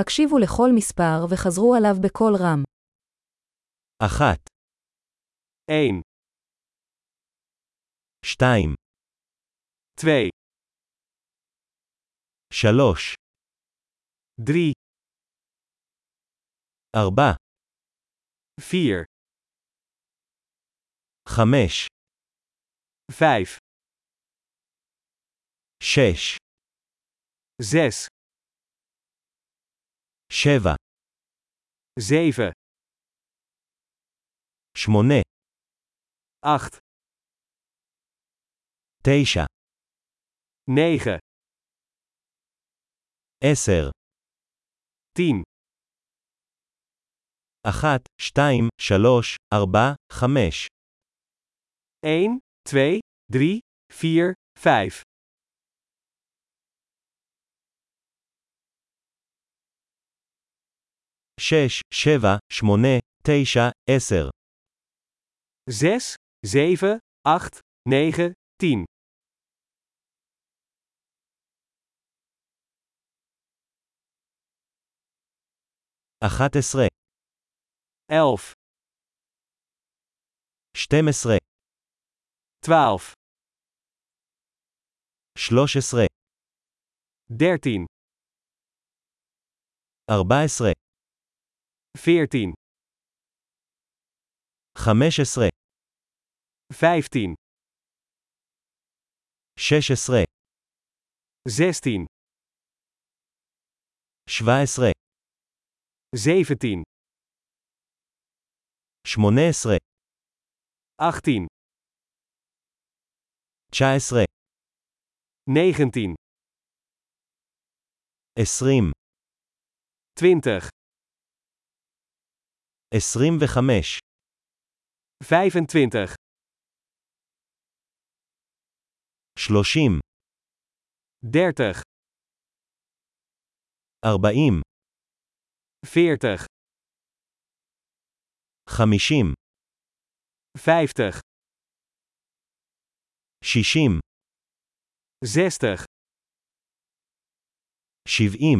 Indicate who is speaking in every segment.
Speaker 1: הקשיבו לכל מספר וחזרו עליו בקול רם.
Speaker 2: אחת,
Speaker 3: één,
Speaker 2: שתיים,
Speaker 3: twee,
Speaker 2: שלוש,
Speaker 3: drie,
Speaker 2: ארבע,
Speaker 3: vier,
Speaker 2: חמש,
Speaker 3: vijf,
Speaker 2: שש,
Speaker 3: zes,
Speaker 2: שבע,
Speaker 3: zeven,
Speaker 2: שמונה,
Speaker 3: acht,
Speaker 2: תשע,
Speaker 3: negen,
Speaker 2: עשר,
Speaker 3: tien,
Speaker 2: אחת, שתיים, שלוש, ארבע, חמש,
Speaker 3: 1, 2, 3, 4, 5,
Speaker 2: שש, שבע, שמונה, תשע, עשר,
Speaker 3: zes, zeven, acht, negen, tien,
Speaker 2: אחת עשרה,
Speaker 3: elf,
Speaker 2: שתים עשרה,
Speaker 3: twaalf,
Speaker 2: שלוש עשרה,
Speaker 3: dertien,
Speaker 2: ארבע עשרה,
Speaker 3: veertien,
Speaker 2: חמש עשרה,
Speaker 3: vijftien,
Speaker 2: שש עשרה,
Speaker 3: zestien,
Speaker 2: שבע עשרה,
Speaker 3: zeventien,
Speaker 2: שמונה עשרה,
Speaker 3: achttien,
Speaker 2: תשע עשרה,
Speaker 3: negentien,
Speaker 2: עשרים,
Speaker 3: twintig,
Speaker 2: עשרים וחמש,
Speaker 3: vijfentwintig,
Speaker 2: שלושים,
Speaker 3: dertig,
Speaker 2: ארבעים,
Speaker 3: veertig,
Speaker 2: חמישים,
Speaker 3: vijftig,
Speaker 2: שישים,
Speaker 3: zestig,
Speaker 2: שבעים,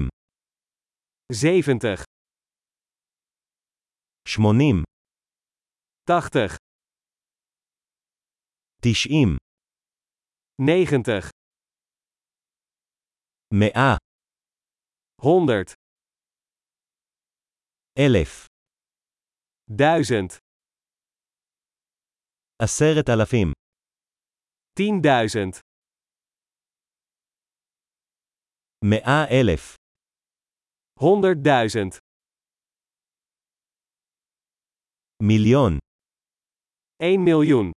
Speaker 3: zeventig,
Speaker 2: שמונים,
Speaker 3: tachtig,
Speaker 2: תשעים,
Speaker 3: negentig,
Speaker 2: מאה,
Speaker 3: honderd,
Speaker 2: אלף,
Speaker 3: duizend,
Speaker 2: עשרת אלפים,
Speaker 3: tienduizend,
Speaker 2: מאה אלף,
Speaker 3: honderdduizend,
Speaker 2: מיליון,
Speaker 3: één miljoen.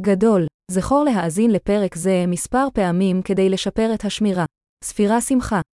Speaker 1: גדול, זכור להאזין לפרק זה מספר פעמים כדי לשפר את השמירה. ספירה שמחה